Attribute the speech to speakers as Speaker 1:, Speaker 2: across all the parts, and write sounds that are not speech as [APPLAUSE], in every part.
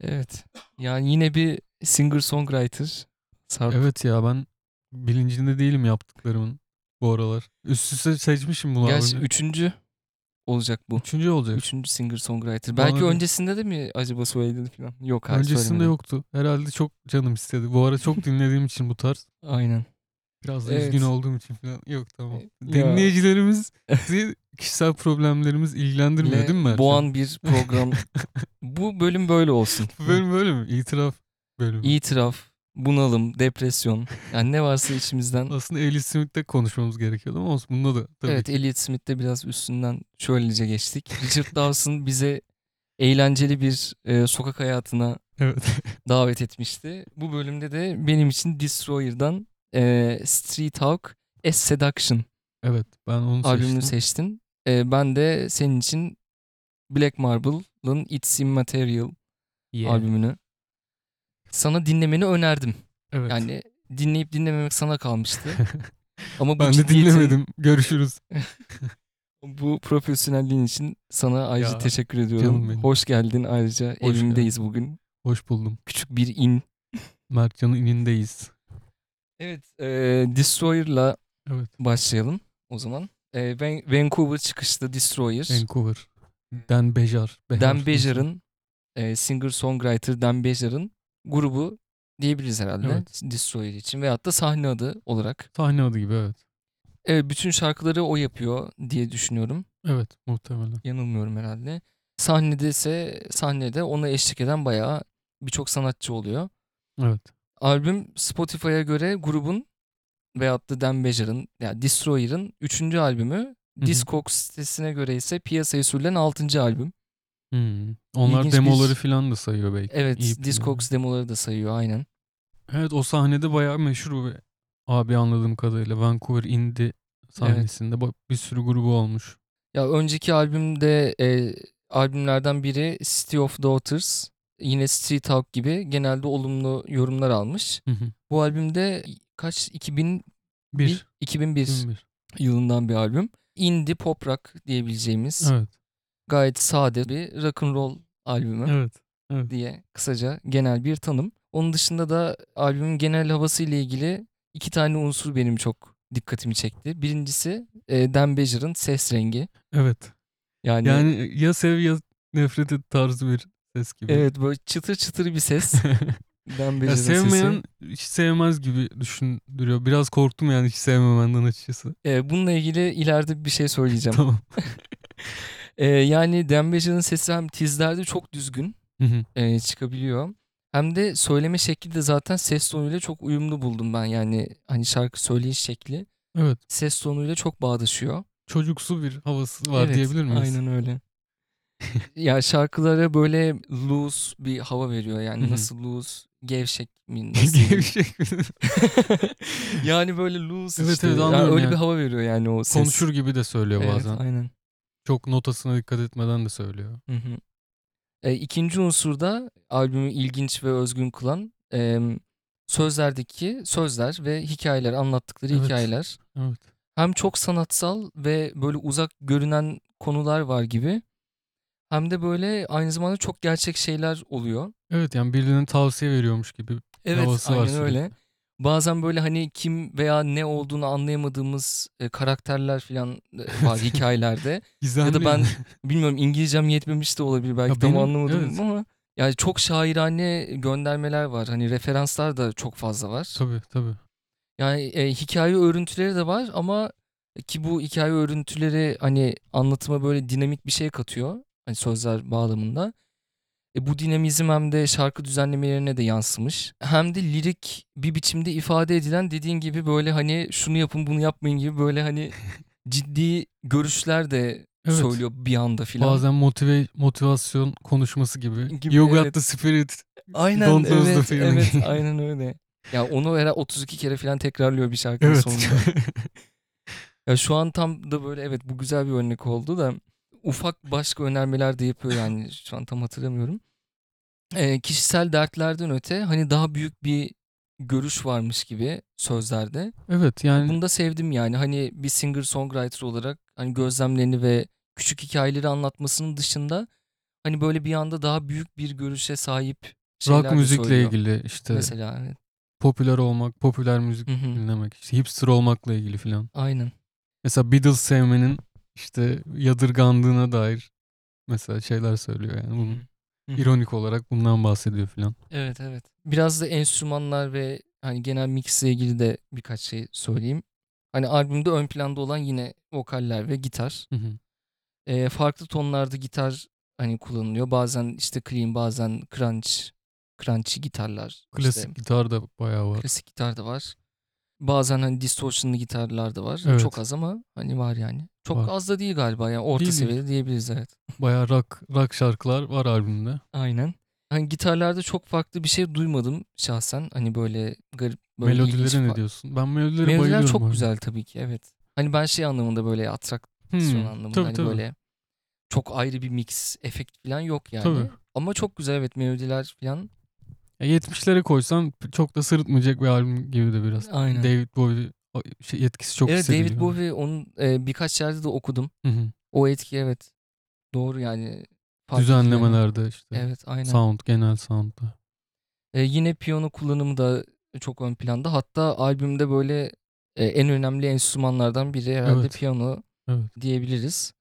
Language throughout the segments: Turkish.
Speaker 1: Evet. Yani yine bir singer songwriter Sarp.
Speaker 2: Evet ya ben bilincinde değilim yaptıklarımın bu aralar. Üst üste seçmişim bunu.
Speaker 1: Gerçi
Speaker 2: abi.
Speaker 1: üçüncü olacak bu.
Speaker 2: Üçüncü olacak.
Speaker 1: Üçüncü singer songwriter.
Speaker 2: Bana
Speaker 1: Belki
Speaker 2: bir-
Speaker 1: öncesinde de mi acaba söyledin falan? Yok hayır
Speaker 2: Öncesinde
Speaker 1: söylemedim.
Speaker 2: yoktu. Herhalde çok canım istedi. Bu ara çok dinlediğim için bu tarz.
Speaker 1: Aynen.
Speaker 2: Biraz da
Speaker 1: Evet.
Speaker 2: üzgün olduğum için falan. Yok tamam.
Speaker 1: Ya.
Speaker 2: Dinleyicilerimiz bizi kişisel problemlerimiz ilgilendirmiyor
Speaker 1: Ve
Speaker 2: değil mi? Ercan?
Speaker 1: Boğan bir
Speaker 2: [LAUGHS]
Speaker 1: program. bu bölüm böyle olsun.
Speaker 2: Bu bölüm böyle mi? İtiraf bölümü.
Speaker 1: İtiraf, bunalım, depresyon. Yani ne varsa içimizden.
Speaker 2: Aslında Ellie Smith'te konuşmamız gerekiyordu ama olsun. Bunda da tabii
Speaker 1: evet
Speaker 2: ki.
Speaker 1: Elliot Smith'te biraz üstünden şöylece geçtik. Richard Dawson bize eğlenceli bir e, sokak hayatına
Speaker 2: Evet. [LAUGHS]
Speaker 1: davet etmişti. Bu bölümde de benim için Destroyer'dan e, Street Hawk A Seduction
Speaker 2: evet. Ben onu
Speaker 1: albümünü
Speaker 2: seçtim.
Speaker 1: seçtin. E, ben de senin için Black Marble'ın It's Immaterial albümünü sana dinlemeni önerdim.
Speaker 2: Evet.
Speaker 1: Yani dinleyip dinlememek sana
Speaker 2: [LAUGHS]
Speaker 1: kalmıştı. Ama bu
Speaker 2: ben de
Speaker 1: ciddiyetin-
Speaker 2: dinlemedim. Görüşürüz.
Speaker 1: Bu profesyonelliğin için sana ayrıca
Speaker 2: Ya,
Speaker 1: teşekkür ediyorum.
Speaker 2: canım benim.
Speaker 1: Hoş geldin ayrıca
Speaker 2: Hoş
Speaker 1: evimdeyiz bugün.
Speaker 2: Hoş buldum.
Speaker 1: Küçük bir in.
Speaker 2: Mertcan'ın inindeyiz.
Speaker 1: Evet, e, Destroyer'la
Speaker 2: Evet.
Speaker 1: başlayalım o zaman. E, Van- Vancouver çıkışlı Destroyer.
Speaker 2: Vancouver. Dan Bejar.
Speaker 1: Hmm. Dan Bejar'ın e, singer songwriter Dan Bejar'ın grubu diyebiliriz herhalde
Speaker 2: Evet.
Speaker 1: Destroyer için veyahut da sahne adı olarak.
Speaker 2: Sahne adı gibi evet.
Speaker 1: Evet, bütün şarkıları o yapıyor diye düşünüyorum.
Speaker 2: Evet muhtemelen.
Speaker 1: Yanılmıyorum herhalde. Sahnede ise sahnede ona eşlik eden bayağı birçok sanatçı oluyor.
Speaker 2: Evet.
Speaker 1: Albüm Spotify'a göre grubun veyahut da Dan Bejar'ın yani Destroyer'ın 3. albümü.
Speaker 2: hı.
Speaker 1: Discogs sitesine göre ise piyasaya sürülen 6. albüm.
Speaker 2: Hmm. Onlar
Speaker 1: İlginç bir-
Speaker 2: demoları falan da sayıyor belki.
Speaker 1: Evet
Speaker 2: İyi plan.
Speaker 1: Discogs demoları da sayıyor aynen.
Speaker 2: Evet o sahnede bayağı meşhur ve abi anladığım kadarıyla Vancouver indie sahnesinde ba- bir sürü grubu olmuş.
Speaker 1: Ya önceki albümde e, albümlerden biri City of Daughters. Yine Street Hawk gibi genelde olumlu yorumlar almış.
Speaker 2: Hı hı.
Speaker 1: Bu albümde kaç 2000
Speaker 2: bir.
Speaker 1: 2001
Speaker 2: 2001.
Speaker 1: yılından bir albüm. Indie pop rock diyebileceğimiz
Speaker 2: Evet.
Speaker 1: gayet sade bir rock and roll albümü
Speaker 2: Evet.
Speaker 1: diye kısaca genel bir tanım. Onun dışında da albümün genel havası ile ilgili iki tane unsur benim çok dikkatimi çekti. Birincisi e, Dan Bejar'ın ses rengi.
Speaker 2: Evet.
Speaker 1: Yani,
Speaker 2: Yani ya sev ya nefret et tarzı bir ses gibi.
Speaker 1: evet böyle çıtır çıtır bir ses. Dan
Speaker 2: [LAUGHS] Ya
Speaker 1: Bejar'ın sesi.
Speaker 2: sevmeyen hiç sevmez gibi düşündürüyor. Biraz korktum yani hiç sevmemenden açıkçası.
Speaker 1: E, bununla ilgili ileride bir şey söyleyeceğim.
Speaker 2: Tamam.
Speaker 1: E, yani Dan Bejar'ın sesi hem tizlerde çok düzgün
Speaker 2: Hı hı.
Speaker 1: e, çıkabiliyor. Hem de söyleme şekli de zaten ses tonuyla çok uyumlu buldum ben. Yani hani şarkı söyleyiş şekli
Speaker 2: evet.
Speaker 1: ses tonuyla çok bağdaşıyor.
Speaker 2: Çocuksu bir havası var
Speaker 1: Evet,
Speaker 2: diyebilir miyiz? [LAUGHS]
Speaker 1: Aynen öyle. [LAUGHS] ya şarkılara böyle loose bir hava veriyor yani
Speaker 2: Hı hı.
Speaker 1: nasıl loose gevşek
Speaker 2: [LAUGHS]
Speaker 1: mi nasıl diyeyim?
Speaker 2: Gevşek.
Speaker 1: [LAUGHS] yani böyle loose
Speaker 2: Evet,
Speaker 1: işte.
Speaker 2: evet,
Speaker 1: Yani
Speaker 2: anlıyorum
Speaker 1: öyle
Speaker 2: yani.
Speaker 1: bir hava veriyor yani o ses.
Speaker 2: Konuşur gibi de söylüyor
Speaker 1: Evet,
Speaker 2: bazen.
Speaker 1: aynen.
Speaker 2: Çok notasına dikkat etmeden de söylüyor.
Speaker 1: Hı hı. E, ikinci unsur da albümü ilginç ve özgün kılan e, sözlerdeki sözler ve hikayeler anlattıkları
Speaker 2: Evet.
Speaker 1: hikayeler.
Speaker 2: Evet.
Speaker 1: Hem çok sanatsal ve böyle uzak görünen konular var gibi. Hem de böyle aynı zamanda çok gerçek şeyler oluyor.
Speaker 2: Evet yani birilerine tavsiye veriyormuş gibi.
Speaker 1: Evet,
Speaker 2: Havası var
Speaker 1: aynen
Speaker 2: sürekli.
Speaker 1: öyle. Bazen böyle hani kim veya ne olduğunu anlayamadığımız e, karakterler falan e,
Speaker 2: [LAUGHS]
Speaker 1: var hikayelerde.
Speaker 2: Gizemli.
Speaker 1: Ya da ben [LAUGHS] bilmiyorum İngilizcem yetmemiş de olabilir belki
Speaker 2: Ya
Speaker 1: tam
Speaker 2: benim-
Speaker 1: anlamadım
Speaker 2: evet.
Speaker 1: ama yani çok şairane göndermeler var. Hani referanslar da çok fazla var.
Speaker 2: [LAUGHS] Tabii tabii.
Speaker 1: Yani e, hikaye örüntüleri de var ama ki bu hikaye örüntüleri hani anlatıma böyle dinamik bir şey katıyor. Hani sözler bağlamında. E, bu dinamizm hem de şarkı düzenlemelerine de yansımış. Hem de lirik bir biçimde ifade edilen dediğin gibi böyle hani şunu yapın bunu yapmayın gibi böyle hani
Speaker 2: [LAUGHS]
Speaker 1: ciddi görüşler de
Speaker 2: Evet.
Speaker 1: söylüyor bir anda filan.
Speaker 2: Bazen motive motivasyon konuşması gibi.
Speaker 1: Gibi,
Speaker 2: you got
Speaker 1: evet.
Speaker 2: the spirit.
Speaker 1: Aynen
Speaker 2: Don't lose the
Speaker 1: evet,
Speaker 2: feeling. [LAUGHS]
Speaker 1: evet aynen öyle. Ya onu herhalde 32 kere falan tekrarlıyor bir şarkının
Speaker 2: Evet.
Speaker 1: sonunda. Ya şu an tam da böyle evet bu güzel bir örnek oldu da ufak başka önermeler de yapıyor yani şu an tam hatırlamıyorum. Ee, kişisel dertlerden öte hani daha büyük bir görüş varmış gibi sözlerde.
Speaker 2: [LAUGHS] evet yani
Speaker 1: Bunu da sevdim yani hani bir singer songwriter olarak hani gözlemlerini ve küçük hikayeleri anlatmasının dışında hani böyle bir anda daha büyük bir görüşe sahip şeyler
Speaker 2: Rock
Speaker 1: de
Speaker 2: müzikle
Speaker 1: söylüyor.
Speaker 2: ilgili işte
Speaker 1: Mesela evet.
Speaker 2: popüler olmak, popüler müzik
Speaker 1: Hı hı,
Speaker 2: dinlemek, işte hipster olmakla ilgili filan.
Speaker 1: Aynen.
Speaker 2: Mesela Beatles sevmenin işte yadırgandığına dair mesela şeyler söylüyor yani bunu.
Speaker 1: Hı.
Speaker 2: ironik olarak bundan bahsediyor filan.
Speaker 1: Evet evet. Biraz da enstrümanlar ve hani genel mixle ilgili de birkaç şey söyleyeyim. Hani albümde ön planda olan yine vokaller ve gitar.
Speaker 2: Hı hı.
Speaker 1: Ee, farklı tonlarda gitar hani kullanılıyor. Bazen işte clean, bazen crunch, crunchy gitarlar. İşte
Speaker 2: Klasik gitar da bayağı var.
Speaker 1: klasik gitar da var. Bazen hani distortion'lı gitarlar da var.
Speaker 2: Evet.
Speaker 1: Çok az ama hani var yani. Çok
Speaker 2: Var.
Speaker 1: az da değil galiba yani orta
Speaker 2: Değil, değil.
Speaker 1: seviyede diyebiliriz evet.
Speaker 2: Bayağı rock, rock şarkılar var albümde.
Speaker 1: Aynen. Hani gitarlarda çok farklı bir şey duymadım şahsen. Hani böyle garip böyle ilginç
Speaker 2: Melodilere
Speaker 1: fa-
Speaker 2: ne diyorsun? Ben melodilere
Speaker 1: Melodiler
Speaker 2: bayılıyorum. bu
Speaker 1: çok
Speaker 2: arada.
Speaker 1: güzel tabii ki evet. Hani ben şey anlamında böyle atraksiyon
Speaker 2: Hmm,
Speaker 1: anlamında
Speaker 2: tabii,
Speaker 1: hani
Speaker 2: tabii.
Speaker 1: böyle çok ayrı bir mix efekt falan yok yani.
Speaker 2: Tabii.
Speaker 1: Ama çok güzel evet melodiler falan.
Speaker 2: Ya 70'lere koysan çok da sırıtmayacak bir albüm gibi de biraz.
Speaker 1: Aynen.
Speaker 2: David Bowie o- şey, etkisi çok
Speaker 1: evet
Speaker 2: hissediliyor.
Speaker 1: David Bowie onun e, birkaç yerde de okudum.
Speaker 2: Hı hı.
Speaker 1: O etki evet. Doğru yani. fark edildi.
Speaker 2: Düzenlemelerde işte.
Speaker 1: Evet aynen.
Speaker 2: Sound, genel sound'da.
Speaker 1: E, yine piyano kullanımı da çok ön planda. Hatta albümde böyle e, en önemli enstrümanlardan biri herhalde
Speaker 2: Evet.
Speaker 1: piyano
Speaker 2: Evet.
Speaker 1: diyebiliriz.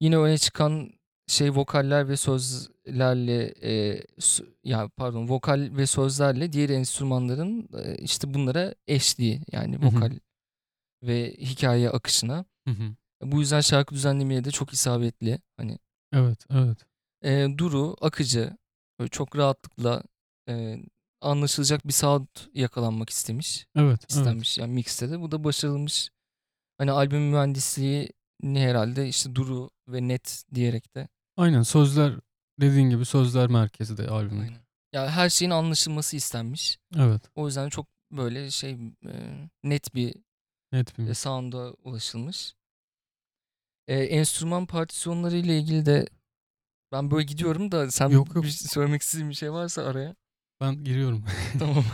Speaker 1: Yine öne çıkan şey vokaller ve sözlerle e, sö- ya pardon vokal ve sözlerle diğer enstrümanların e, işte bunlara eşliği yani
Speaker 2: hı.
Speaker 1: vokal ve hikaye akışına.
Speaker 2: Hı hı.
Speaker 1: Bu yüzden şarkı düzenlemeye de çok isabetli. Hani
Speaker 2: Evet, evet.
Speaker 1: e, duru, akıcı, böyle çok rahatlıkla e, anlaşılacak bir sound yakalanmak istemiş.
Speaker 2: Evet, evet.
Speaker 1: istenmiş yani mixte de. Bu da başarılmış. Hani albüm mühendisliği ne herhalde işte duru ve net diyerek de.
Speaker 2: Aynen sözler dediğin gibi sözler merkezi de albümde.
Speaker 1: Aynen. Ya her şeyin anlaşılması istenmiş.
Speaker 2: Evet.
Speaker 1: O yüzden çok böyle şey e, net bir
Speaker 2: Net bir
Speaker 1: e, sound'a ulaşılmış. E, enstrüman partisyonları ile ilgili de ben böyle gidiyorum da sen
Speaker 2: Yok, yok.
Speaker 1: bir şey söylemek istediğin bir şey varsa araya.
Speaker 2: Ben giriyorum.
Speaker 1: [LAUGHS] Tamam.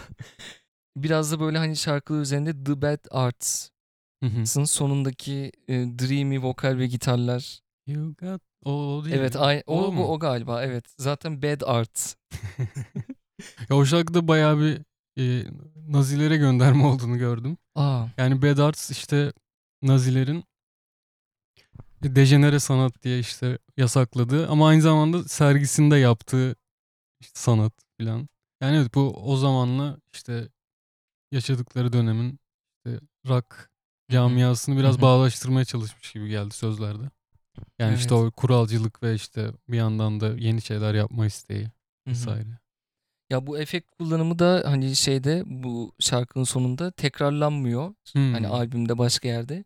Speaker 1: Biraz da böyle hani şarkılar üzerinde The Bad Arts'ın
Speaker 2: Hı hı.
Speaker 1: sonundaki e, dreamy vokal ve gitarlar.
Speaker 2: you got o, o değil.
Speaker 1: Evet,
Speaker 2: mi?
Speaker 1: ay- o,
Speaker 2: mu?
Speaker 1: bu, o galiba evet. Zaten Bad Art.
Speaker 2: Ya o şarkıda bayağı bir e, Nazilere gönderme olduğunu gördüm.
Speaker 1: Aa,
Speaker 2: Yani Bad Arts işte Nazilerin dejenere sanat diye işte yasakladığı ama aynı zamanda sergisinde yaptığı işte sanat filan. Yani evet bu o zamanla işte yaşadıkları dönemin işte rock camiasını
Speaker 1: Hı
Speaker 2: biraz
Speaker 1: hı.
Speaker 2: bağdaştırmaya çalışmış gibi geldi sözlerde. Yani işte
Speaker 1: Evet.
Speaker 2: o kuralcılık ve işte bir yandan da yeni şeyler yapma isteği
Speaker 1: hı hı.
Speaker 2: vesaire.
Speaker 1: Ya bu efekt kullanımı da hani şeyde bu şarkının sonunda tekrarlanmıyor. Hani
Speaker 2: Hmm.
Speaker 1: albümde başka yerde.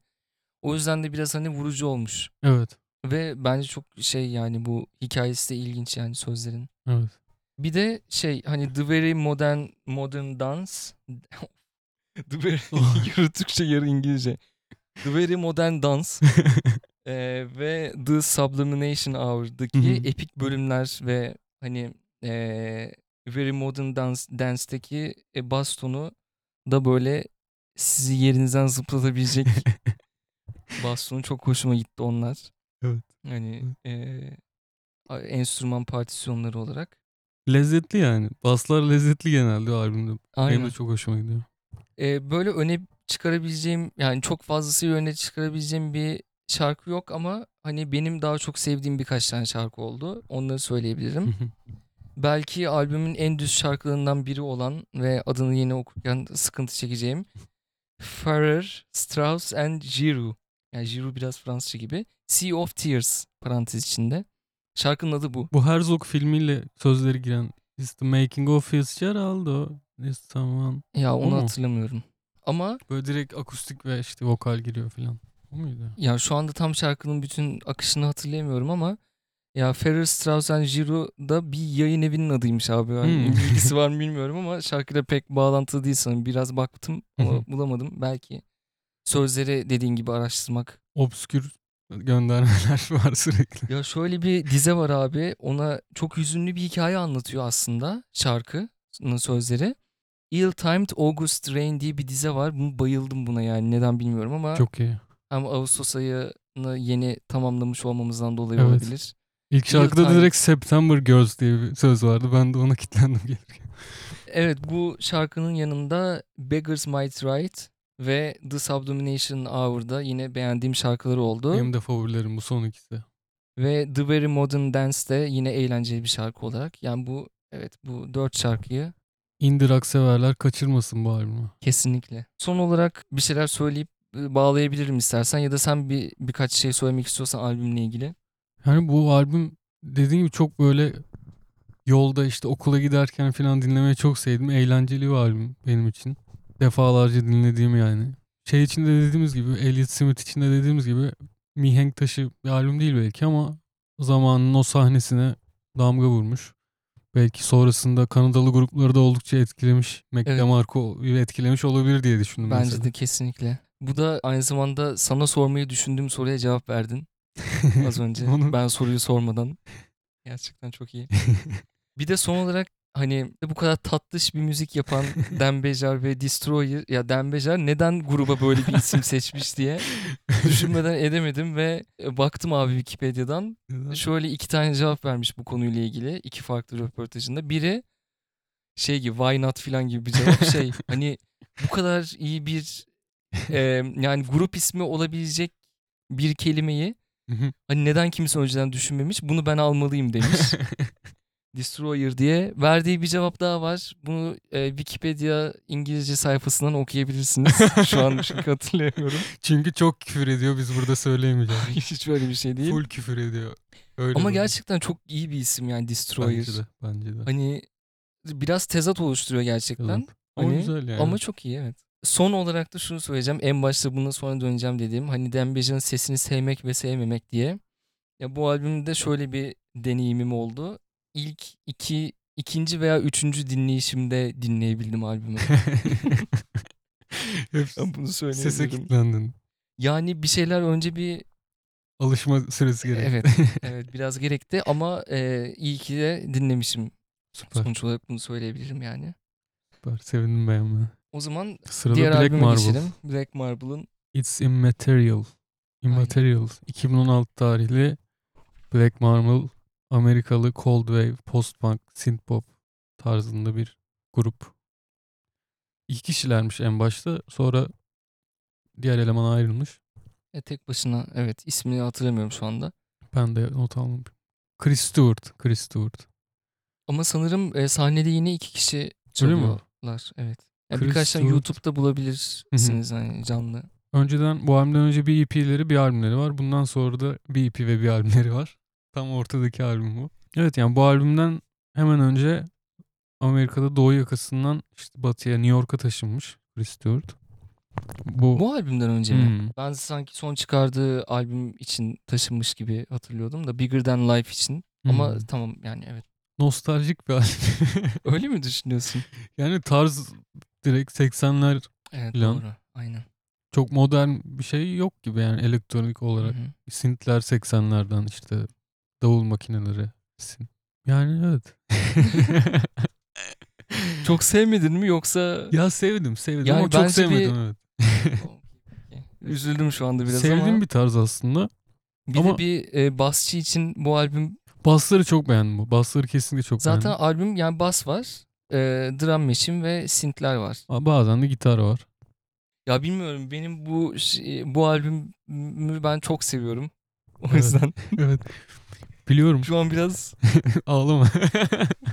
Speaker 1: O yüzden de biraz hani vurucu olmuş.
Speaker 2: Evet.
Speaker 1: Ve bence çok şey yani bu hikayesi de ilginç yani sözlerin.
Speaker 2: Evet.
Speaker 1: Bir de şey hani The Very Modern Modern
Speaker 2: [LAUGHS]
Speaker 1: Dance The [LAUGHS] Very yarı Türkçe yarı İngilizce. The Very Modern
Speaker 2: [LAUGHS]
Speaker 1: Dance eee, ve The Sublimation Hour'daki
Speaker 2: Hı hı.
Speaker 1: epik bölümler ve hani eee, Very Modern Dance Dance'deki e, bastonu da böyle sizi yerinizden
Speaker 2: [LAUGHS]
Speaker 1: zıplatabilecek bastonu çok hoşuma gitti onlar.
Speaker 2: Evet.
Speaker 1: Hani eee, a- enstrüman partisyonları olarak.
Speaker 2: lezzetli yani. Baslar lezzetli genelde o albümde.
Speaker 1: Aynen.
Speaker 2: Benim de çok hoşuma gidiyor.
Speaker 1: e, böyle öne çıkarabileceğim yani çok fazlasıyla öne çıkarabileceğim bir şarkı yok ama hani benim daha çok sevdiğim birkaç tane şarkı oldu. Onları söyleyebilirim. Belki albümün en düz şarkılarından biri olan ve adını yeni okurken sıkıntı çekeceğim. Farrer, Strauss and Giroux. Yani Giroux biraz Fransızca gibi. Sea of Tears parantez içinde. Şarkının adı bu.
Speaker 2: Bu Herzog filmiyle sözleri giren It's the making of Fitzgeraldo. It's someone.
Speaker 1: Ya onu
Speaker 2: mu?
Speaker 1: hatırlamıyorum. Ama
Speaker 2: Böyle direkt akustik ve işte vokal giriyor filan. O muydu?
Speaker 1: Ya şu anda tam şarkının bütün akışını hatırlayamıyorum ama ya Ferrer Strauss and Giroux da bir yayın evinin adıymış abi. Yani
Speaker 2: Hmm. [LAUGHS]
Speaker 1: bilgisi var mı bilmiyorum ama şarkıyla pek bağlantılı değil sanırım. Biraz baktım
Speaker 2: Hı
Speaker 1: ama
Speaker 2: hı.
Speaker 1: bulamadım. Belki sözleri dediğin gibi araştırmak.
Speaker 2: Obskür göndermeler [LAUGHS] var sürekli.
Speaker 1: Ya şöyle bir dize var abi. Ona çok hüzünlü bir hikaye anlatıyor aslında şarkının sözleri. Ill-Timed August Rain diye bir dize var. Bunu bayıldım buna yani neden bilmiyorum ama
Speaker 2: Çok iyi.
Speaker 1: hem Ağustos ayını yeni tamamlamış olmamızdan dolayı
Speaker 2: Evet.
Speaker 1: olabilir.
Speaker 2: İlk şarkıda da
Speaker 1: time.
Speaker 2: direkt September Girls diye bir söz vardı. Ben de ona kilitlendim gelirken.
Speaker 1: Evet bu şarkının yanında Beggars Might Right ve The Subdomination Hour'da yine beğendiğim şarkıları oldu.
Speaker 2: Benim de favorilerim bu son ikisi.
Speaker 1: Ve The Very Modern Dance de yine eğlenceli bir şarkı olarak. Yani bu evet bu dört şarkıyı
Speaker 2: Indie rock severler kaçırmasın bu albümü.
Speaker 1: kesinlikle. Son olarak bir şeyler söyleyip e, bağlayabilirim istersen ya da sen bir birkaç şey söylemek istiyorsan albümle ilgili.
Speaker 2: Yani bu albüm dediğim gibi çok böyle yolda işte okula giderken falan dinlemeyi çok sevdim. Eğlenceli bir albüm benim için. Defalarca dinlediğim yani. Şey için de dediğimiz gibi Elliot Smith için de dediğimiz gibi mihenk taşı bir albüm değil belki ama zamanın o sahnesine damga vurmuş. Belki sonrasında Kanadalı grupları da oldukça etkilemiş. McDemarco'yu etkilemiş olabilir diye düşündüm.
Speaker 1: Bence
Speaker 2: mesela.
Speaker 1: de kesinlikle. Bu da aynı zamanda sana sormayı düşündüğüm soruya cevap verdin
Speaker 2: [LAUGHS]
Speaker 1: az önce.
Speaker 2: Onu-
Speaker 1: Ben soruyu sormadan. Gerçekten çok iyi. Bir de son olarak hani bu kadar tatlış bir müzik yapan Dembejar ve Destroyer ya Dembejar neden gruba böyle bir isim seçmiş diye düşünmeden edemedim ve e, baktım abi Wikipedia'dan.
Speaker 2: [LAUGHS]
Speaker 1: Şöyle iki tane cevap vermiş bu konuyla ilgili iki farklı röportajında. Biri şey gibi why not filan gibi bir cevap şey hani bu kadar iyi bir e, yani grup ismi olabilecek bir kelimeyi hani neden kimse önceden düşünmemiş bunu ben almalıyım demiş.
Speaker 2: [LAUGHS]
Speaker 1: Destroyer diye verdiği bir cevap daha var. Bunu e, Wikipedia İngilizce sayfasından
Speaker 2: [LAUGHS]
Speaker 1: okuyabilirsiniz. Şu an çünkü hatırlayamıyorum.
Speaker 2: Çünkü çok küfür ediyor biz burada söyleyemeyeceğiz.
Speaker 1: Hiç böyle bir şey değil.
Speaker 2: Full küfür ediyor. Öyle
Speaker 1: Ama
Speaker 2: böyle.
Speaker 1: gerçekten çok iyi bir isim yani Destroyer.
Speaker 2: Bence de. Bence de.
Speaker 1: Hani biraz tezat oluşturuyor gerçekten.
Speaker 2: Kazandı. Ama
Speaker 1: hani-
Speaker 2: güzel yani.
Speaker 1: Ama çok iyi evet. Son olarak da şunu söyleyeceğim. En başta bundan sonra döneceğim dediğim hani Dembeja'nın sesini sevmek ve sevmemek diye. Ya bu albümde şöyle bir deneyimim oldu. İlk iki ikinci veya üçüncü dinleyişimde dinleyebildim albümü.
Speaker 2: [LAUGHS] Hep
Speaker 1: Ben bunu
Speaker 2: sese
Speaker 1: söyleyebilirim.
Speaker 2: kilitlendin.
Speaker 1: Yani bir şeyler önce bir
Speaker 2: Alışma süresi gerek.
Speaker 1: E, evet evet biraz gerekti ama e, iyi ki de dinlemişim.
Speaker 2: Süper.
Speaker 1: Sonuç olarak bunu söyleyebilirim yani.
Speaker 2: Süper. Sevindim beğenmeye.
Speaker 1: O zaman
Speaker 2: Sırada
Speaker 1: diğer
Speaker 2: Black
Speaker 1: albüme
Speaker 2: Marble.
Speaker 1: geçelim. Black Marble'ın
Speaker 2: It's Immaterial. Immaterial. 2016 tarihli Black Marble Amerikalı Cold Wave, Post Punk, Synth Pop tarzında bir grup. İki kişilermiş en başta. Sonra diğer eleman ayrılmış.
Speaker 1: e, tek başına evet ismini hatırlamıyorum şu anda.
Speaker 2: Ben de not almam. Chris Stewart. Chris Stewart.
Speaker 1: Ama sanırım e, sahnede yine iki kişi çalıyorlar. Evet. Yani
Speaker 2: Chris
Speaker 1: birkaç tane
Speaker 2: Stewart.
Speaker 1: YouTube'da bulabilirsiniz hani canlı.
Speaker 2: Önceden bu albümden önce bir EP'leri bir albümleri var. Bundan sonra da bir EP ve bir albümleri var. Tam ortadaki albüm bu. Evet yani bu albümden hemen önce Amerika'da doğu yakasından işte batıya New York'a taşınmış Chris Stewart. Bu,
Speaker 1: Bu albümden önce mi?
Speaker 2: Hmm.
Speaker 1: Ben sanki son çıkardığı albüm için taşınmış gibi hatırlıyordum da Bigger Than Life için. Ama
Speaker 2: Hmm.
Speaker 1: tamam yani evet. [LAUGHS]
Speaker 2: nostaljik bir albüm. [LAUGHS]
Speaker 1: Öyle mi düşünüyorsun?
Speaker 2: yani tarz direkt 80'ler
Speaker 1: Evet
Speaker 2: Plan.
Speaker 1: doğru. Aynen.
Speaker 2: çok modern bir şey yok gibi yani elektronik
Speaker 1: Hı
Speaker 2: olarak.
Speaker 1: hı.
Speaker 2: Synth'ler 80'lerden işte davul makineleri. Synth. Yani evet.
Speaker 1: Çok sevmedin mi yoksa
Speaker 2: Ya sevdim sevdim
Speaker 1: Yani
Speaker 2: ama çok
Speaker 1: bence bir-
Speaker 2: sevmedim evet.
Speaker 1: üzüldüm şu anda biraz
Speaker 2: Sevdiğim
Speaker 1: ama
Speaker 2: bir tarz aslında.
Speaker 1: bir de
Speaker 2: ama-
Speaker 1: bir e, basçı için bu albüm
Speaker 2: Basları çok beğendim bu. Basları kesinlikle çok
Speaker 1: Zaten
Speaker 2: beğendim.
Speaker 1: albüm yani bas var, e, drum machine ve synthler var.
Speaker 2: Aa, Bazen de gitar var.
Speaker 1: Ya bilmiyorum benim bu şey- bu albümü ben çok seviyorum. O
Speaker 2: Evet.
Speaker 1: yüzden [LAUGHS]
Speaker 2: evet. Biliyorum.
Speaker 1: şu an biraz
Speaker 2: Ağlama.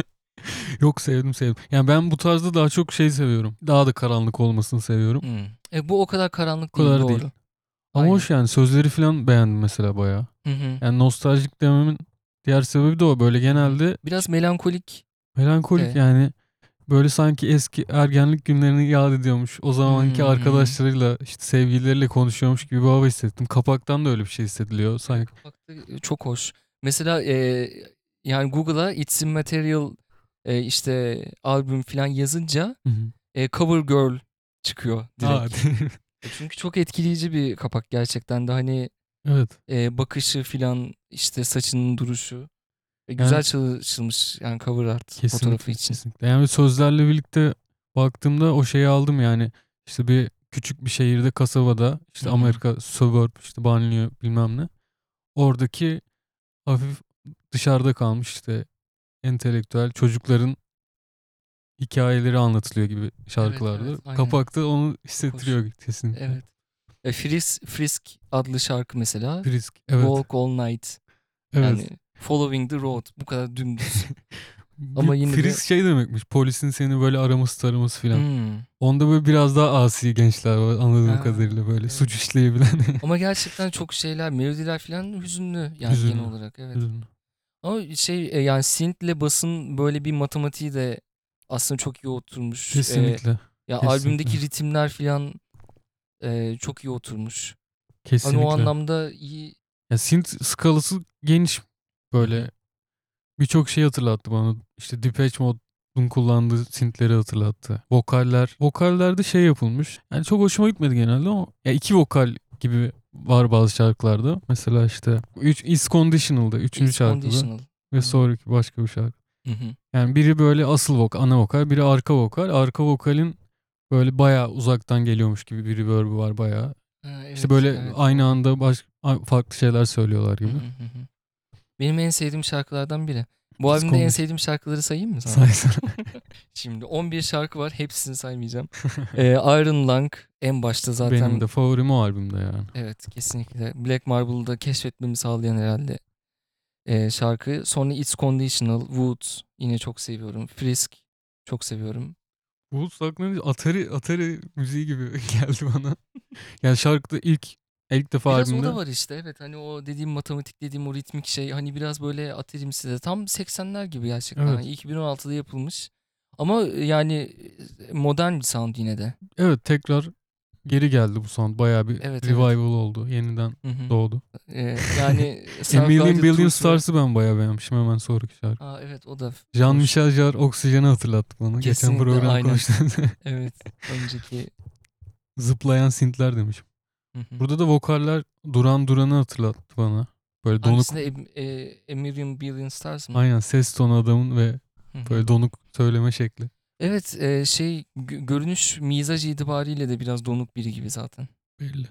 Speaker 2: [LAUGHS] Yok sevdim sevdim. Yani ben bu tarzda daha çok şey seviyorum. Daha da karanlık olmasını seviyorum.
Speaker 1: Hmm. E, bu o kadar karanlık
Speaker 2: O
Speaker 1: değil
Speaker 2: kadar
Speaker 1: doğru.
Speaker 2: değil. Ama
Speaker 1: Aynen.
Speaker 2: hoş yani sözleri falan beğendim mesela bayağı.
Speaker 1: Hı hı.
Speaker 2: Yani nostaljik dememin diğer sebebi de o. Böyle genelde
Speaker 1: Biraz melankolik.
Speaker 2: Melankolik
Speaker 1: Evet.
Speaker 2: yani böyle sanki eski ergenlik günlerini yad ediyormuş. O zamanki
Speaker 1: Hmm.
Speaker 2: arkadaşlarıyla işte sevgilileriyle konuşuyormuş gibi bir hava hissettim. Kapaktan da öyle bir şey hissediliyor sanki.
Speaker 1: Kapakta Çok hoş. Mesela e, yani Google'a It's Immaterial e, işte albüm falan yazınca e, Cover Girl çıkıyor
Speaker 2: Aa, [LAUGHS]
Speaker 1: direkt. Çünkü çok etkileyici bir kapak gerçekten de hani
Speaker 2: evet.
Speaker 1: e, bakışı filan işte saçının duruşu E, güzel
Speaker 2: Yani-
Speaker 1: çalışılmış yani cover art fotoğrafı
Speaker 2: Kesinlikle.
Speaker 1: için.
Speaker 2: kesinlikle. Yani sözlerle birlikte baktığımda o şeyi aldım yani. İşte bir küçük bir şehirde kasabada işte
Speaker 1: Hı hı.
Speaker 2: Amerika suburb işte banliyö bilmem ne. Oradaki hafif dışarıda kalmış işte entelektüel çocukların hikayeleri anlatılıyor gibi şarkılarda.
Speaker 1: evet, aynen.
Speaker 2: Kapakta onu hissettiriyor kesinlikle.
Speaker 1: Evet. E, Frisk, Frisk adlı şarkı mesela.
Speaker 2: Frisk. Evet.
Speaker 1: Walk All Night.
Speaker 2: evet.
Speaker 1: Yani Following the Road. Bu kadar dümdüz.
Speaker 2: Bir
Speaker 1: ama yine de-
Speaker 2: Frisk şey demekmiş. Polisin seni böyle araması taraması filan.
Speaker 1: Hmm.
Speaker 2: Onda böyle biraz daha asi gençler var anladığım
Speaker 1: Ha,
Speaker 2: kadarıyla böyle
Speaker 1: evet.
Speaker 2: suç işleyebilen. [LAUGHS]
Speaker 1: Ama gerçekten çok şeyler, melodiler falan hüzünlü yani
Speaker 2: Hüzünlü.
Speaker 1: genel olarak. Evet. Ama şey e, yani synth'le basın böyle bir matematiği de aslında çok iyi oturmuş. E,
Speaker 2: Kesinlikle.
Speaker 1: ya
Speaker 2: kesinlikle.
Speaker 1: albümdeki ritimler falan e, çok iyi oturmuş.
Speaker 2: Kesinlikle.
Speaker 1: Hani o anlamda iyi.
Speaker 2: Ya synth skalası geniş böyle. Birçok şey hatırlattı bana. İşte Depeche Mode'un kullandığı synthleri hatırlattı. Vokaller. Vokallerde şey yapılmış. Yani çok hoşuma gitmedi genelde ama ya iki vokal gibi var bazı şarkılarda. Mesela işte üç, Is Conditional'da. Üçüncü
Speaker 1: It's
Speaker 2: şarkıda.
Speaker 1: conditional.
Speaker 2: Ve sonraki başka bir şarkı.
Speaker 1: Hı hı.
Speaker 2: Yani biri böyle asıl vokal, ana vokal, biri arka vokal. Arka vokalin böyle bayağı uzaktan geliyormuş gibi bir reverb'ü var bayağı.
Speaker 1: Ha,
Speaker 2: İşte
Speaker 1: evet,
Speaker 2: böyle
Speaker 1: evet.
Speaker 2: aynı anda baş, a- farklı şeyler söylüyorlar
Speaker 1: Hı
Speaker 2: gibi.
Speaker 1: hı
Speaker 2: [LAUGHS]
Speaker 1: hı hı. Benim en sevdiğim şarkılardan biri. Bu
Speaker 2: It's
Speaker 1: albümde en
Speaker 2: conditional.
Speaker 1: sevdiğim şarkıları sayayım mı sana?
Speaker 2: Saysana.
Speaker 1: Şimdi 11 şarkı var. Hepsini saymayacağım. Ee, Iron Lung en başta zaten.
Speaker 2: Benim de favorim o albümde yani.
Speaker 1: Evet kesinlikle. Black Marble'da keşfetmemi sağlayan herhalde ee, şarkı. Sonra It's Conditional, Woods yine çok seviyorum. Frisk çok seviyorum.
Speaker 2: Bulls aklına Atari, Atari müziği gibi [LAUGHS] geldi
Speaker 1: [LAUGHS]
Speaker 2: bana. yani şarkıda ilk ilk defa
Speaker 1: Biraz o
Speaker 2: albümde.
Speaker 1: da var işte evet hani o dediğim matematik dediğim o ritmik şey hani biraz böyle aterimsi de tam 80'ler gibi gerçekten.
Speaker 2: Evet.
Speaker 1: Hani 2016'da yapılmış. Ama e, yani e, modern bir sound yine de.
Speaker 2: Evet tekrar geri geldi bu sound. Bayağı bir
Speaker 1: Evet, evet.
Speaker 2: revival oldu. Yeniden
Speaker 1: Hı hı.
Speaker 2: doğdu.
Speaker 1: Ee,
Speaker 2: [LAUGHS]
Speaker 1: yani
Speaker 2: A
Speaker 1: Self-Guided
Speaker 2: Million Billion
Speaker 1: Tours ve-
Speaker 2: Stars'ı ben bayağı beğenmişim hemen sonraki şarkı.
Speaker 1: Aa, evet o da
Speaker 2: [LAUGHS] Jean-Michel Jarre oksijeni hatırlattı bana.
Speaker 1: Kesinlikle,
Speaker 2: Geçen program
Speaker 1: aynen.
Speaker 2: konuştuğumuz
Speaker 1: evet önceki
Speaker 2: [LAUGHS] zıplayan sintler demiş.
Speaker 1: Hı hı.
Speaker 2: Burada da vokaller Duran Duran'ı hatırlattı bana. Böyle donuk
Speaker 1: Hangisinde em, e, A Million Billion Stars mı?
Speaker 2: aynen ses tonu adamın ve
Speaker 1: Hı hı.
Speaker 2: böyle donuk söyleme şekli.
Speaker 1: Evet e, şey gö- görünüş mizacı itibariyle de biraz donuk biri gibi zaten.
Speaker 2: Belli.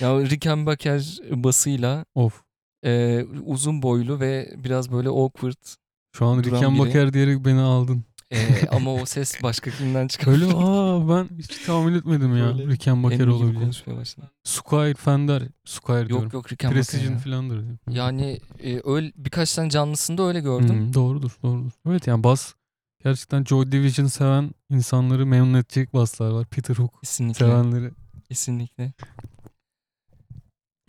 Speaker 1: Ya Rickenbacker basıyla
Speaker 2: of.
Speaker 1: e, uzun boylu ve biraz böyle awkward
Speaker 2: Şu an
Speaker 1: Duran
Speaker 2: Rickenbacker diyerek beni aldın. [LAUGHS]
Speaker 1: E, ama o ses başka kimden çıkıyor? [LAUGHS]
Speaker 2: Öyle aa ben hiç tahmin etmedim ya.
Speaker 1: Böyle
Speaker 2: Rickenbacker
Speaker 1: Emmi gibi
Speaker 2: olabilir.
Speaker 1: konuşmaya başladı.
Speaker 2: Squire Fender. Squire diyorum.
Speaker 1: Yok yok Rickenbacker.
Speaker 2: Precision
Speaker 1: ya.
Speaker 2: filandır. diyorum.
Speaker 1: Yani e, öyle birkaç tane canlısında öyle
Speaker 2: Hmm,
Speaker 1: gördüm.
Speaker 2: doğrudur doğrudur. Evet yani bas gerçekten Joy Division seven insanları memnun edecek baslar var. Peter Hook
Speaker 1: Kesinlikle.
Speaker 2: sevenleri.
Speaker 1: Kesinlikle.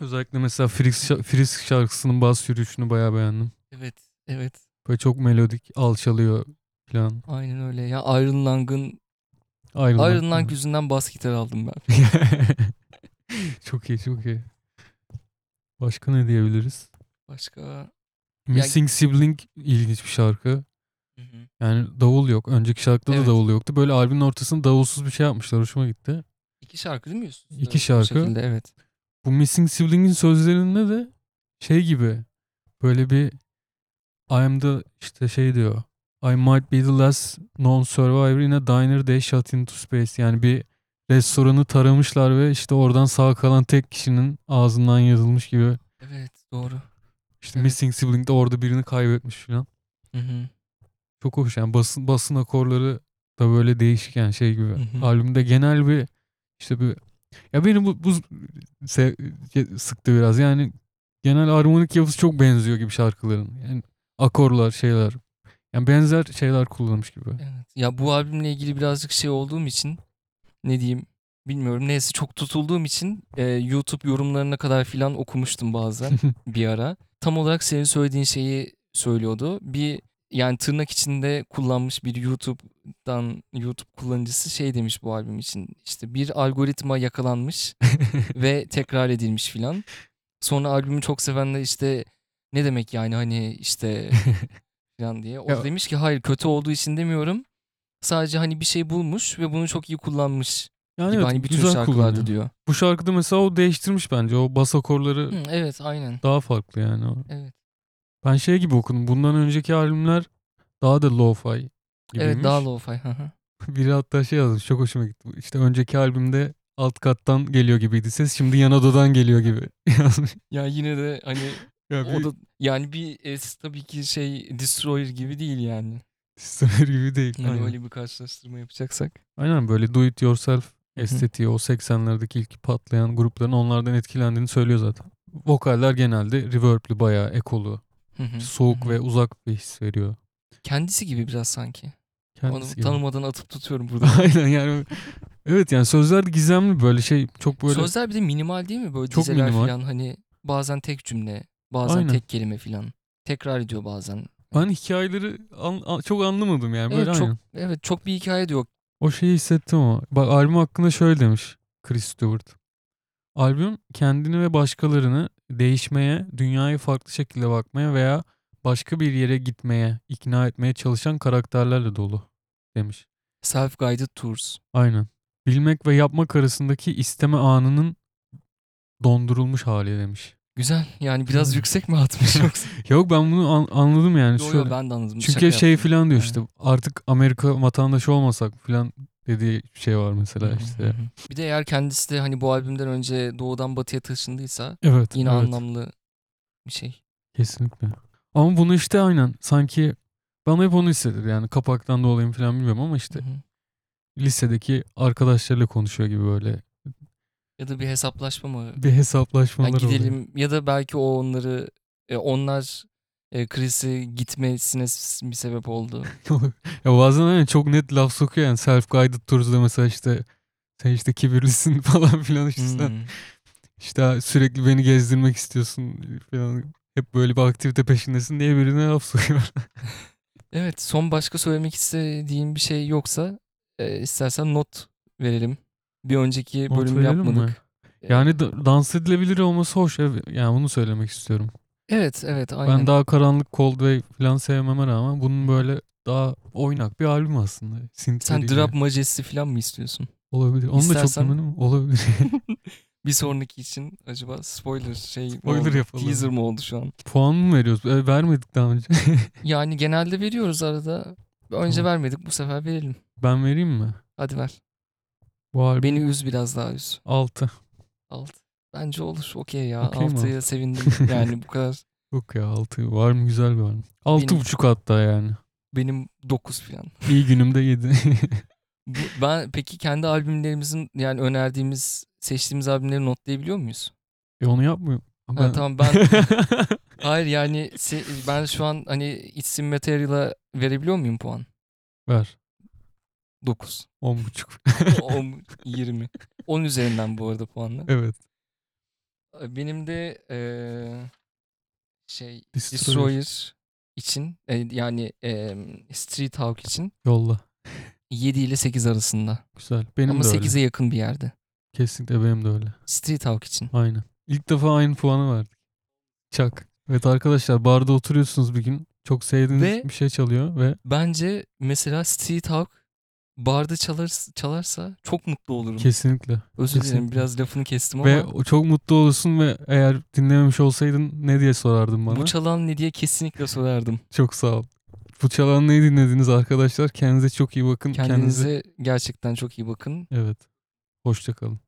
Speaker 2: Özellikle mesela Frisk, şa- Frisk şarkısının bas yürüyüşünü bayağı beğendim.
Speaker 1: Evet. Evet.
Speaker 2: Böyle çok melodik, alçalıyor falan.
Speaker 1: Aynen öyle. Ya Iron Lung'ın
Speaker 2: Ayrılmak.
Speaker 1: Iron
Speaker 2: [LAUGHS]
Speaker 1: Lung yüzünden bas gitar aldım ben.
Speaker 2: çok iyi, çok iyi. Başka ne diyebiliriz?
Speaker 1: Başka
Speaker 2: Missing Sibling ilginç bir şarkı. Yani davul yok. Önceki şarkıda
Speaker 1: Evet.
Speaker 2: da davul yoktu. Böyle albümün ortasında davulsuz bir şey yapmışlar. Hoşuma gitti.
Speaker 1: iki şarkı değil mi Yusuf?
Speaker 2: İki
Speaker 1: Evet, bu
Speaker 2: şarkı.
Speaker 1: şekilde, evet.
Speaker 2: Bu Missing Sibling'in sözlerinde de şey gibi böyle bir I'm the işte şey diyor. I might be the last known survivor in a diner they shot into space. Yani bir restoranı taramışlar ve işte oradan sağ kalan tek kişinin ağzından yazılmış gibi.
Speaker 1: Evet doğru.
Speaker 2: İşte
Speaker 1: Evet.
Speaker 2: Missing Sibling de orada birini kaybetmiş falan.
Speaker 1: Hı hı.
Speaker 2: Çok hoş yani basın, basın akorları da böyle değişik yani şey gibi.
Speaker 1: Hı hı.
Speaker 2: Albümde genel bir işte bir ya benim bu, bu se- sıktı biraz yani genel armonik yapısı çok benziyor gibi şarkıların. Yani akorlar şeyler yani benzer şeyler kullanmış gibi.
Speaker 1: Evet. Ya bu albümle ilgili birazcık şey olduğum için ne diyeyim bilmiyorum. Neyse çok tutulduğum için e, YouTube yorumlarına kadar filan okumuştum bazen bir ara. Tam olarak senin söylediğin şeyi söylüyordu. Bir yani tırnak içinde kullanmış bir YouTube'dan YouTube kullanıcısı şey demiş bu albüm için. İşte bir algoritma yakalanmış ve tekrar edilmiş filan. Sonra albümü çok sevenler işte ne demek yani hani işte filan diye. O da
Speaker 2: Ya-
Speaker 1: demiş ki hayır kötü olduğu için demiyorum. Sadece hani bir şey bulmuş ve bunu çok iyi kullanmış.
Speaker 2: yani
Speaker 1: Gibi
Speaker 2: evet,
Speaker 1: hani bütün
Speaker 2: güzel
Speaker 1: şarkılarda
Speaker 2: kullanıyor.
Speaker 1: diyor.
Speaker 2: Bu şarkıda mesela o değiştirmiş bence. O bas akorları
Speaker 1: Hı, evet aynen.
Speaker 2: daha farklı yani. O-
Speaker 1: Evet.
Speaker 2: Ben şey gibi okudum. Bundan önceki albümler daha da lo-fi gibiymiş.
Speaker 1: Evet daha lo-fi. hı hı.
Speaker 2: [LAUGHS] Biri hatta şey yazmış çok hoşuma gitti. İşte önceki albümde alt kattan geliyor gibiydi ses. Şimdi yan odadan geliyor gibi [LAUGHS] yazmış.
Speaker 1: [LAUGHS] ya yine de hani
Speaker 2: Ya
Speaker 1: O
Speaker 2: bir
Speaker 1: da yani bir e, tabii ki şey Destroyer gibi değil yani.
Speaker 2: Destroyer gibi değil.
Speaker 1: Hani
Speaker 2: Aynen.
Speaker 1: öyle bir karşılaştırma yapacaksak.
Speaker 2: Aynen böyle do it yourself
Speaker 1: hı.
Speaker 2: estetiği o 80'lerdeki ilk patlayan grupların onlardan etkilendiğini söylüyor zaten. Vokaller genelde reverb'lü bayağı ekolu,
Speaker 1: Hı hı,
Speaker 2: soğuk
Speaker 1: hı hı.
Speaker 2: ve uzak bir his veriyor.
Speaker 1: kendisi gibi biraz sanki.
Speaker 2: Kendisi
Speaker 1: Onu
Speaker 2: gibi.
Speaker 1: tanımadan atıp tutuyorum burada.
Speaker 2: [LAUGHS] Aynen yani. Evet yani sözler de gizemli böyle şey çok [LAUGHS] böyle
Speaker 1: Sözler bir de minimal değil mi böyle
Speaker 2: Çok
Speaker 1: dizeler
Speaker 2: minimal.
Speaker 1: falan hani bazen tek cümle, bazen
Speaker 2: Aynen.
Speaker 1: tek kelime falan. Tekrar ediyor bazen.
Speaker 2: ben hikayeleri an- a- çok anlamadım yani böyle
Speaker 1: Evet
Speaker 2: aynen.
Speaker 1: çok evet çok bir hikaye de yok.
Speaker 2: O şeyi hissettim ama. Bak albüm hakkında şöyle demiş Chris Stewart. Albüm kendini ve başkalarını değişmeye, dünyaya farklı şekilde bakmaya veya başka bir yere gitmeye, ikna etmeye çalışan karakterlerle dolu demiş.
Speaker 1: Self guided tours.
Speaker 2: Aynen. Bilmek ve yapmak arasındaki isteme anının dondurulmuş hali demiş.
Speaker 1: Güzel. Yani biraz
Speaker 2: Güzel.
Speaker 1: yüksek mi atmış yoksa?
Speaker 2: Yok ben bunu an- anladım yani.
Speaker 1: yo yo
Speaker 2: şöyle.
Speaker 1: ben de anladım.
Speaker 2: Çünkü
Speaker 1: Şaka
Speaker 2: şey
Speaker 1: yaptım.
Speaker 2: filan diyor
Speaker 1: Evet.
Speaker 2: işte artık Amerika vatandaşı olmasak filan dediği şey var mesela işte.
Speaker 1: Bir de eğer kendisi de hani bu albümden önce doğudan batıya taşındıysa
Speaker 2: Evet.
Speaker 1: yine
Speaker 2: evet.
Speaker 1: anlamlı bir şey.
Speaker 2: Kesinlikle. Ama bunu işte aynen sanki bana hep onu hissedir yani kapaktan da olayım falan bilmiyorum ama işte
Speaker 1: Hı hı.
Speaker 2: lisedeki arkadaşlarıyla konuşuyor gibi böyle
Speaker 1: Ya da bir hesaplaşma mı?
Speaker 2: bir
Speaker 1: Ya
Speaker 2: hesaplaşmalar
Speaker 1: gidelim
Speaker 2: oluyor.
Speaker 1: ya da belki o onları e, onlar e, Chris'i gitmesine s- bir sebep
Speaker 2: [LAUGHS]
Speaker 1: oldu. Hmm.
Speaker 2: ya bazen aynen çok net laf sokuyor yani self guided tours'da mesela işte sen işte kibirlisin [LAUGHS] falan filan işte sen
Speaker 1: Hmm.
Speaker 2: işte sürekli beni gezdirmek istiyorsun falan hep böyle bir aktivite peşindesin diye birine laf sokuyor.
Speaker 1: Evet, son başka söylemek istediğin bir şey yoksa e, istersen not verelim. Bir önceki
Speaker 2: Not
Speaker 1: bölüm
Speaker 2: verelim mi?
Speaker 1: yapmadık. E,
Speaker 2: Yani da- dans edilebilir olması hoş evet. yani bunu söylemek istiyorum.
Speaker 1: evet, evet, aynen.
Speaker 2: Ben daha karanlık Coldplay falan sevmeme rağmen bunun böyle daha oynak bir albüm aslında.
Speaker 1: Sen
Speaker 2: Synthleri
Speaker 1: Drop Majesty falan mı istiyorsun?
Speaker 2: olabilir. Onu da çok
Speaker 1: İstersen-
Speaker 2: eminim olabilir. [LAUGHS]
Speaker 1: Bir sonraki için acaba spoiler şey mi
Speaker 2: Spoiler
Speaker 1: oldu?
Speaker 2: yapalım.
Speaker 1: Teaser mı oldu şu an?
Speaker 2: Puan mı veriyoruz? E, vermedik daha önce. [LAUGHS]
Speaker 1: Yani genelde veriyoruz arada. Önce
Speaker 2: Tamam.
Speaker 1: vermedik, bu sefer verelim.
Speaker 2: ben vereyim mi?
Speaker 1: Hadi ver.
Speaker 2: Bu albüm
Speaker 1: Beni üz biraz daha üz.
Speaker 2: 6.
Speaker 1: Alt. Bence olur. Okey ya.
Speaker 2: Okey mi
Speaker 1: Altıya
Speaker 2: [LAUGHS]
Speaker 1: sevindim. Yani bu kadar.
Speaker 2: Yok ya 6. Var mı güzel bir albüm. 6.5 hatta yani.
Speaker 1: Benim 9 falan.
Speaker 2: İyi günümde 7.
Speaker 1: Bu, ben peki kendi albümlerimizin yani önerdiğimiz, seçtiğimiz albümleri notlayabiliyor muyuz?
Speaker 2: [LAUGHS] e onu yapmıyor.
Speaker 1: Ha, tamam, ben- Hayır yani se- ben şu an hani isim Material'a verebiliyor muyum puan?
Speaker 2: [LAUGHS] Ver. [LAUGHS]
Speaker 1: 9.
Speaker 2: 10.5.
Speaker 1: 10, 20. 10 üzerinden bu arada puanlar.
Speaker 2: evet.
Speaker 1: Benim de eee, şey
Speaker 2: Destroyer.
Speaker 1: Destroyer için e, yani eee, Street Hawk için
Speaker 2: Yolla.
Speaker 1: 7 ile 8 arasında.
Speaker 2: Güzel. Benim
Speaker 1: Ama
Speaker 2: de
Speaker 1: 8'e
Speaker 2: öyle.
Speaker 1: yakın bir yerde.
Speaker 2: Kesinlikle benim de öyle.
Speaker 1: Street Hawk için.
Speaker 2: Aynen. İlk defa aynı puanı verdik. Çak. Evet arkadaşlar barda oturuyorsunuz bir gün. Çok sevdiğiniz
Speaker 1: Ve-
Speaker 2: bir şey çalıyor ve
Speaker 1: Bence mesela Street Hawk barda çalar, çalarsa çok mutlu olurum.
Speaker 2: kesinlikle.
Speaker 1: Özür dilerim
Speaker 2: kesinlikle.
Speaker 1: biraz lafını kestim
Speaker 2: Ve
Speaker 1: ama
Speaker 2: o çok mutlu olursun ve eğer dinlememiş olsaydın ne diye sorardın bana.
Speaker 1: bu çalan ne diye kesinlikle sorardım.
Speaker 2: çok sağ ol. Bu çalan neyi dinlediniz arkadaşlar? Kendinize çok iyi bakın.
Speaker 1: Kendinize gerçekten çok iyi bakın.
Speaker 2: Evet. Hoşçakalın.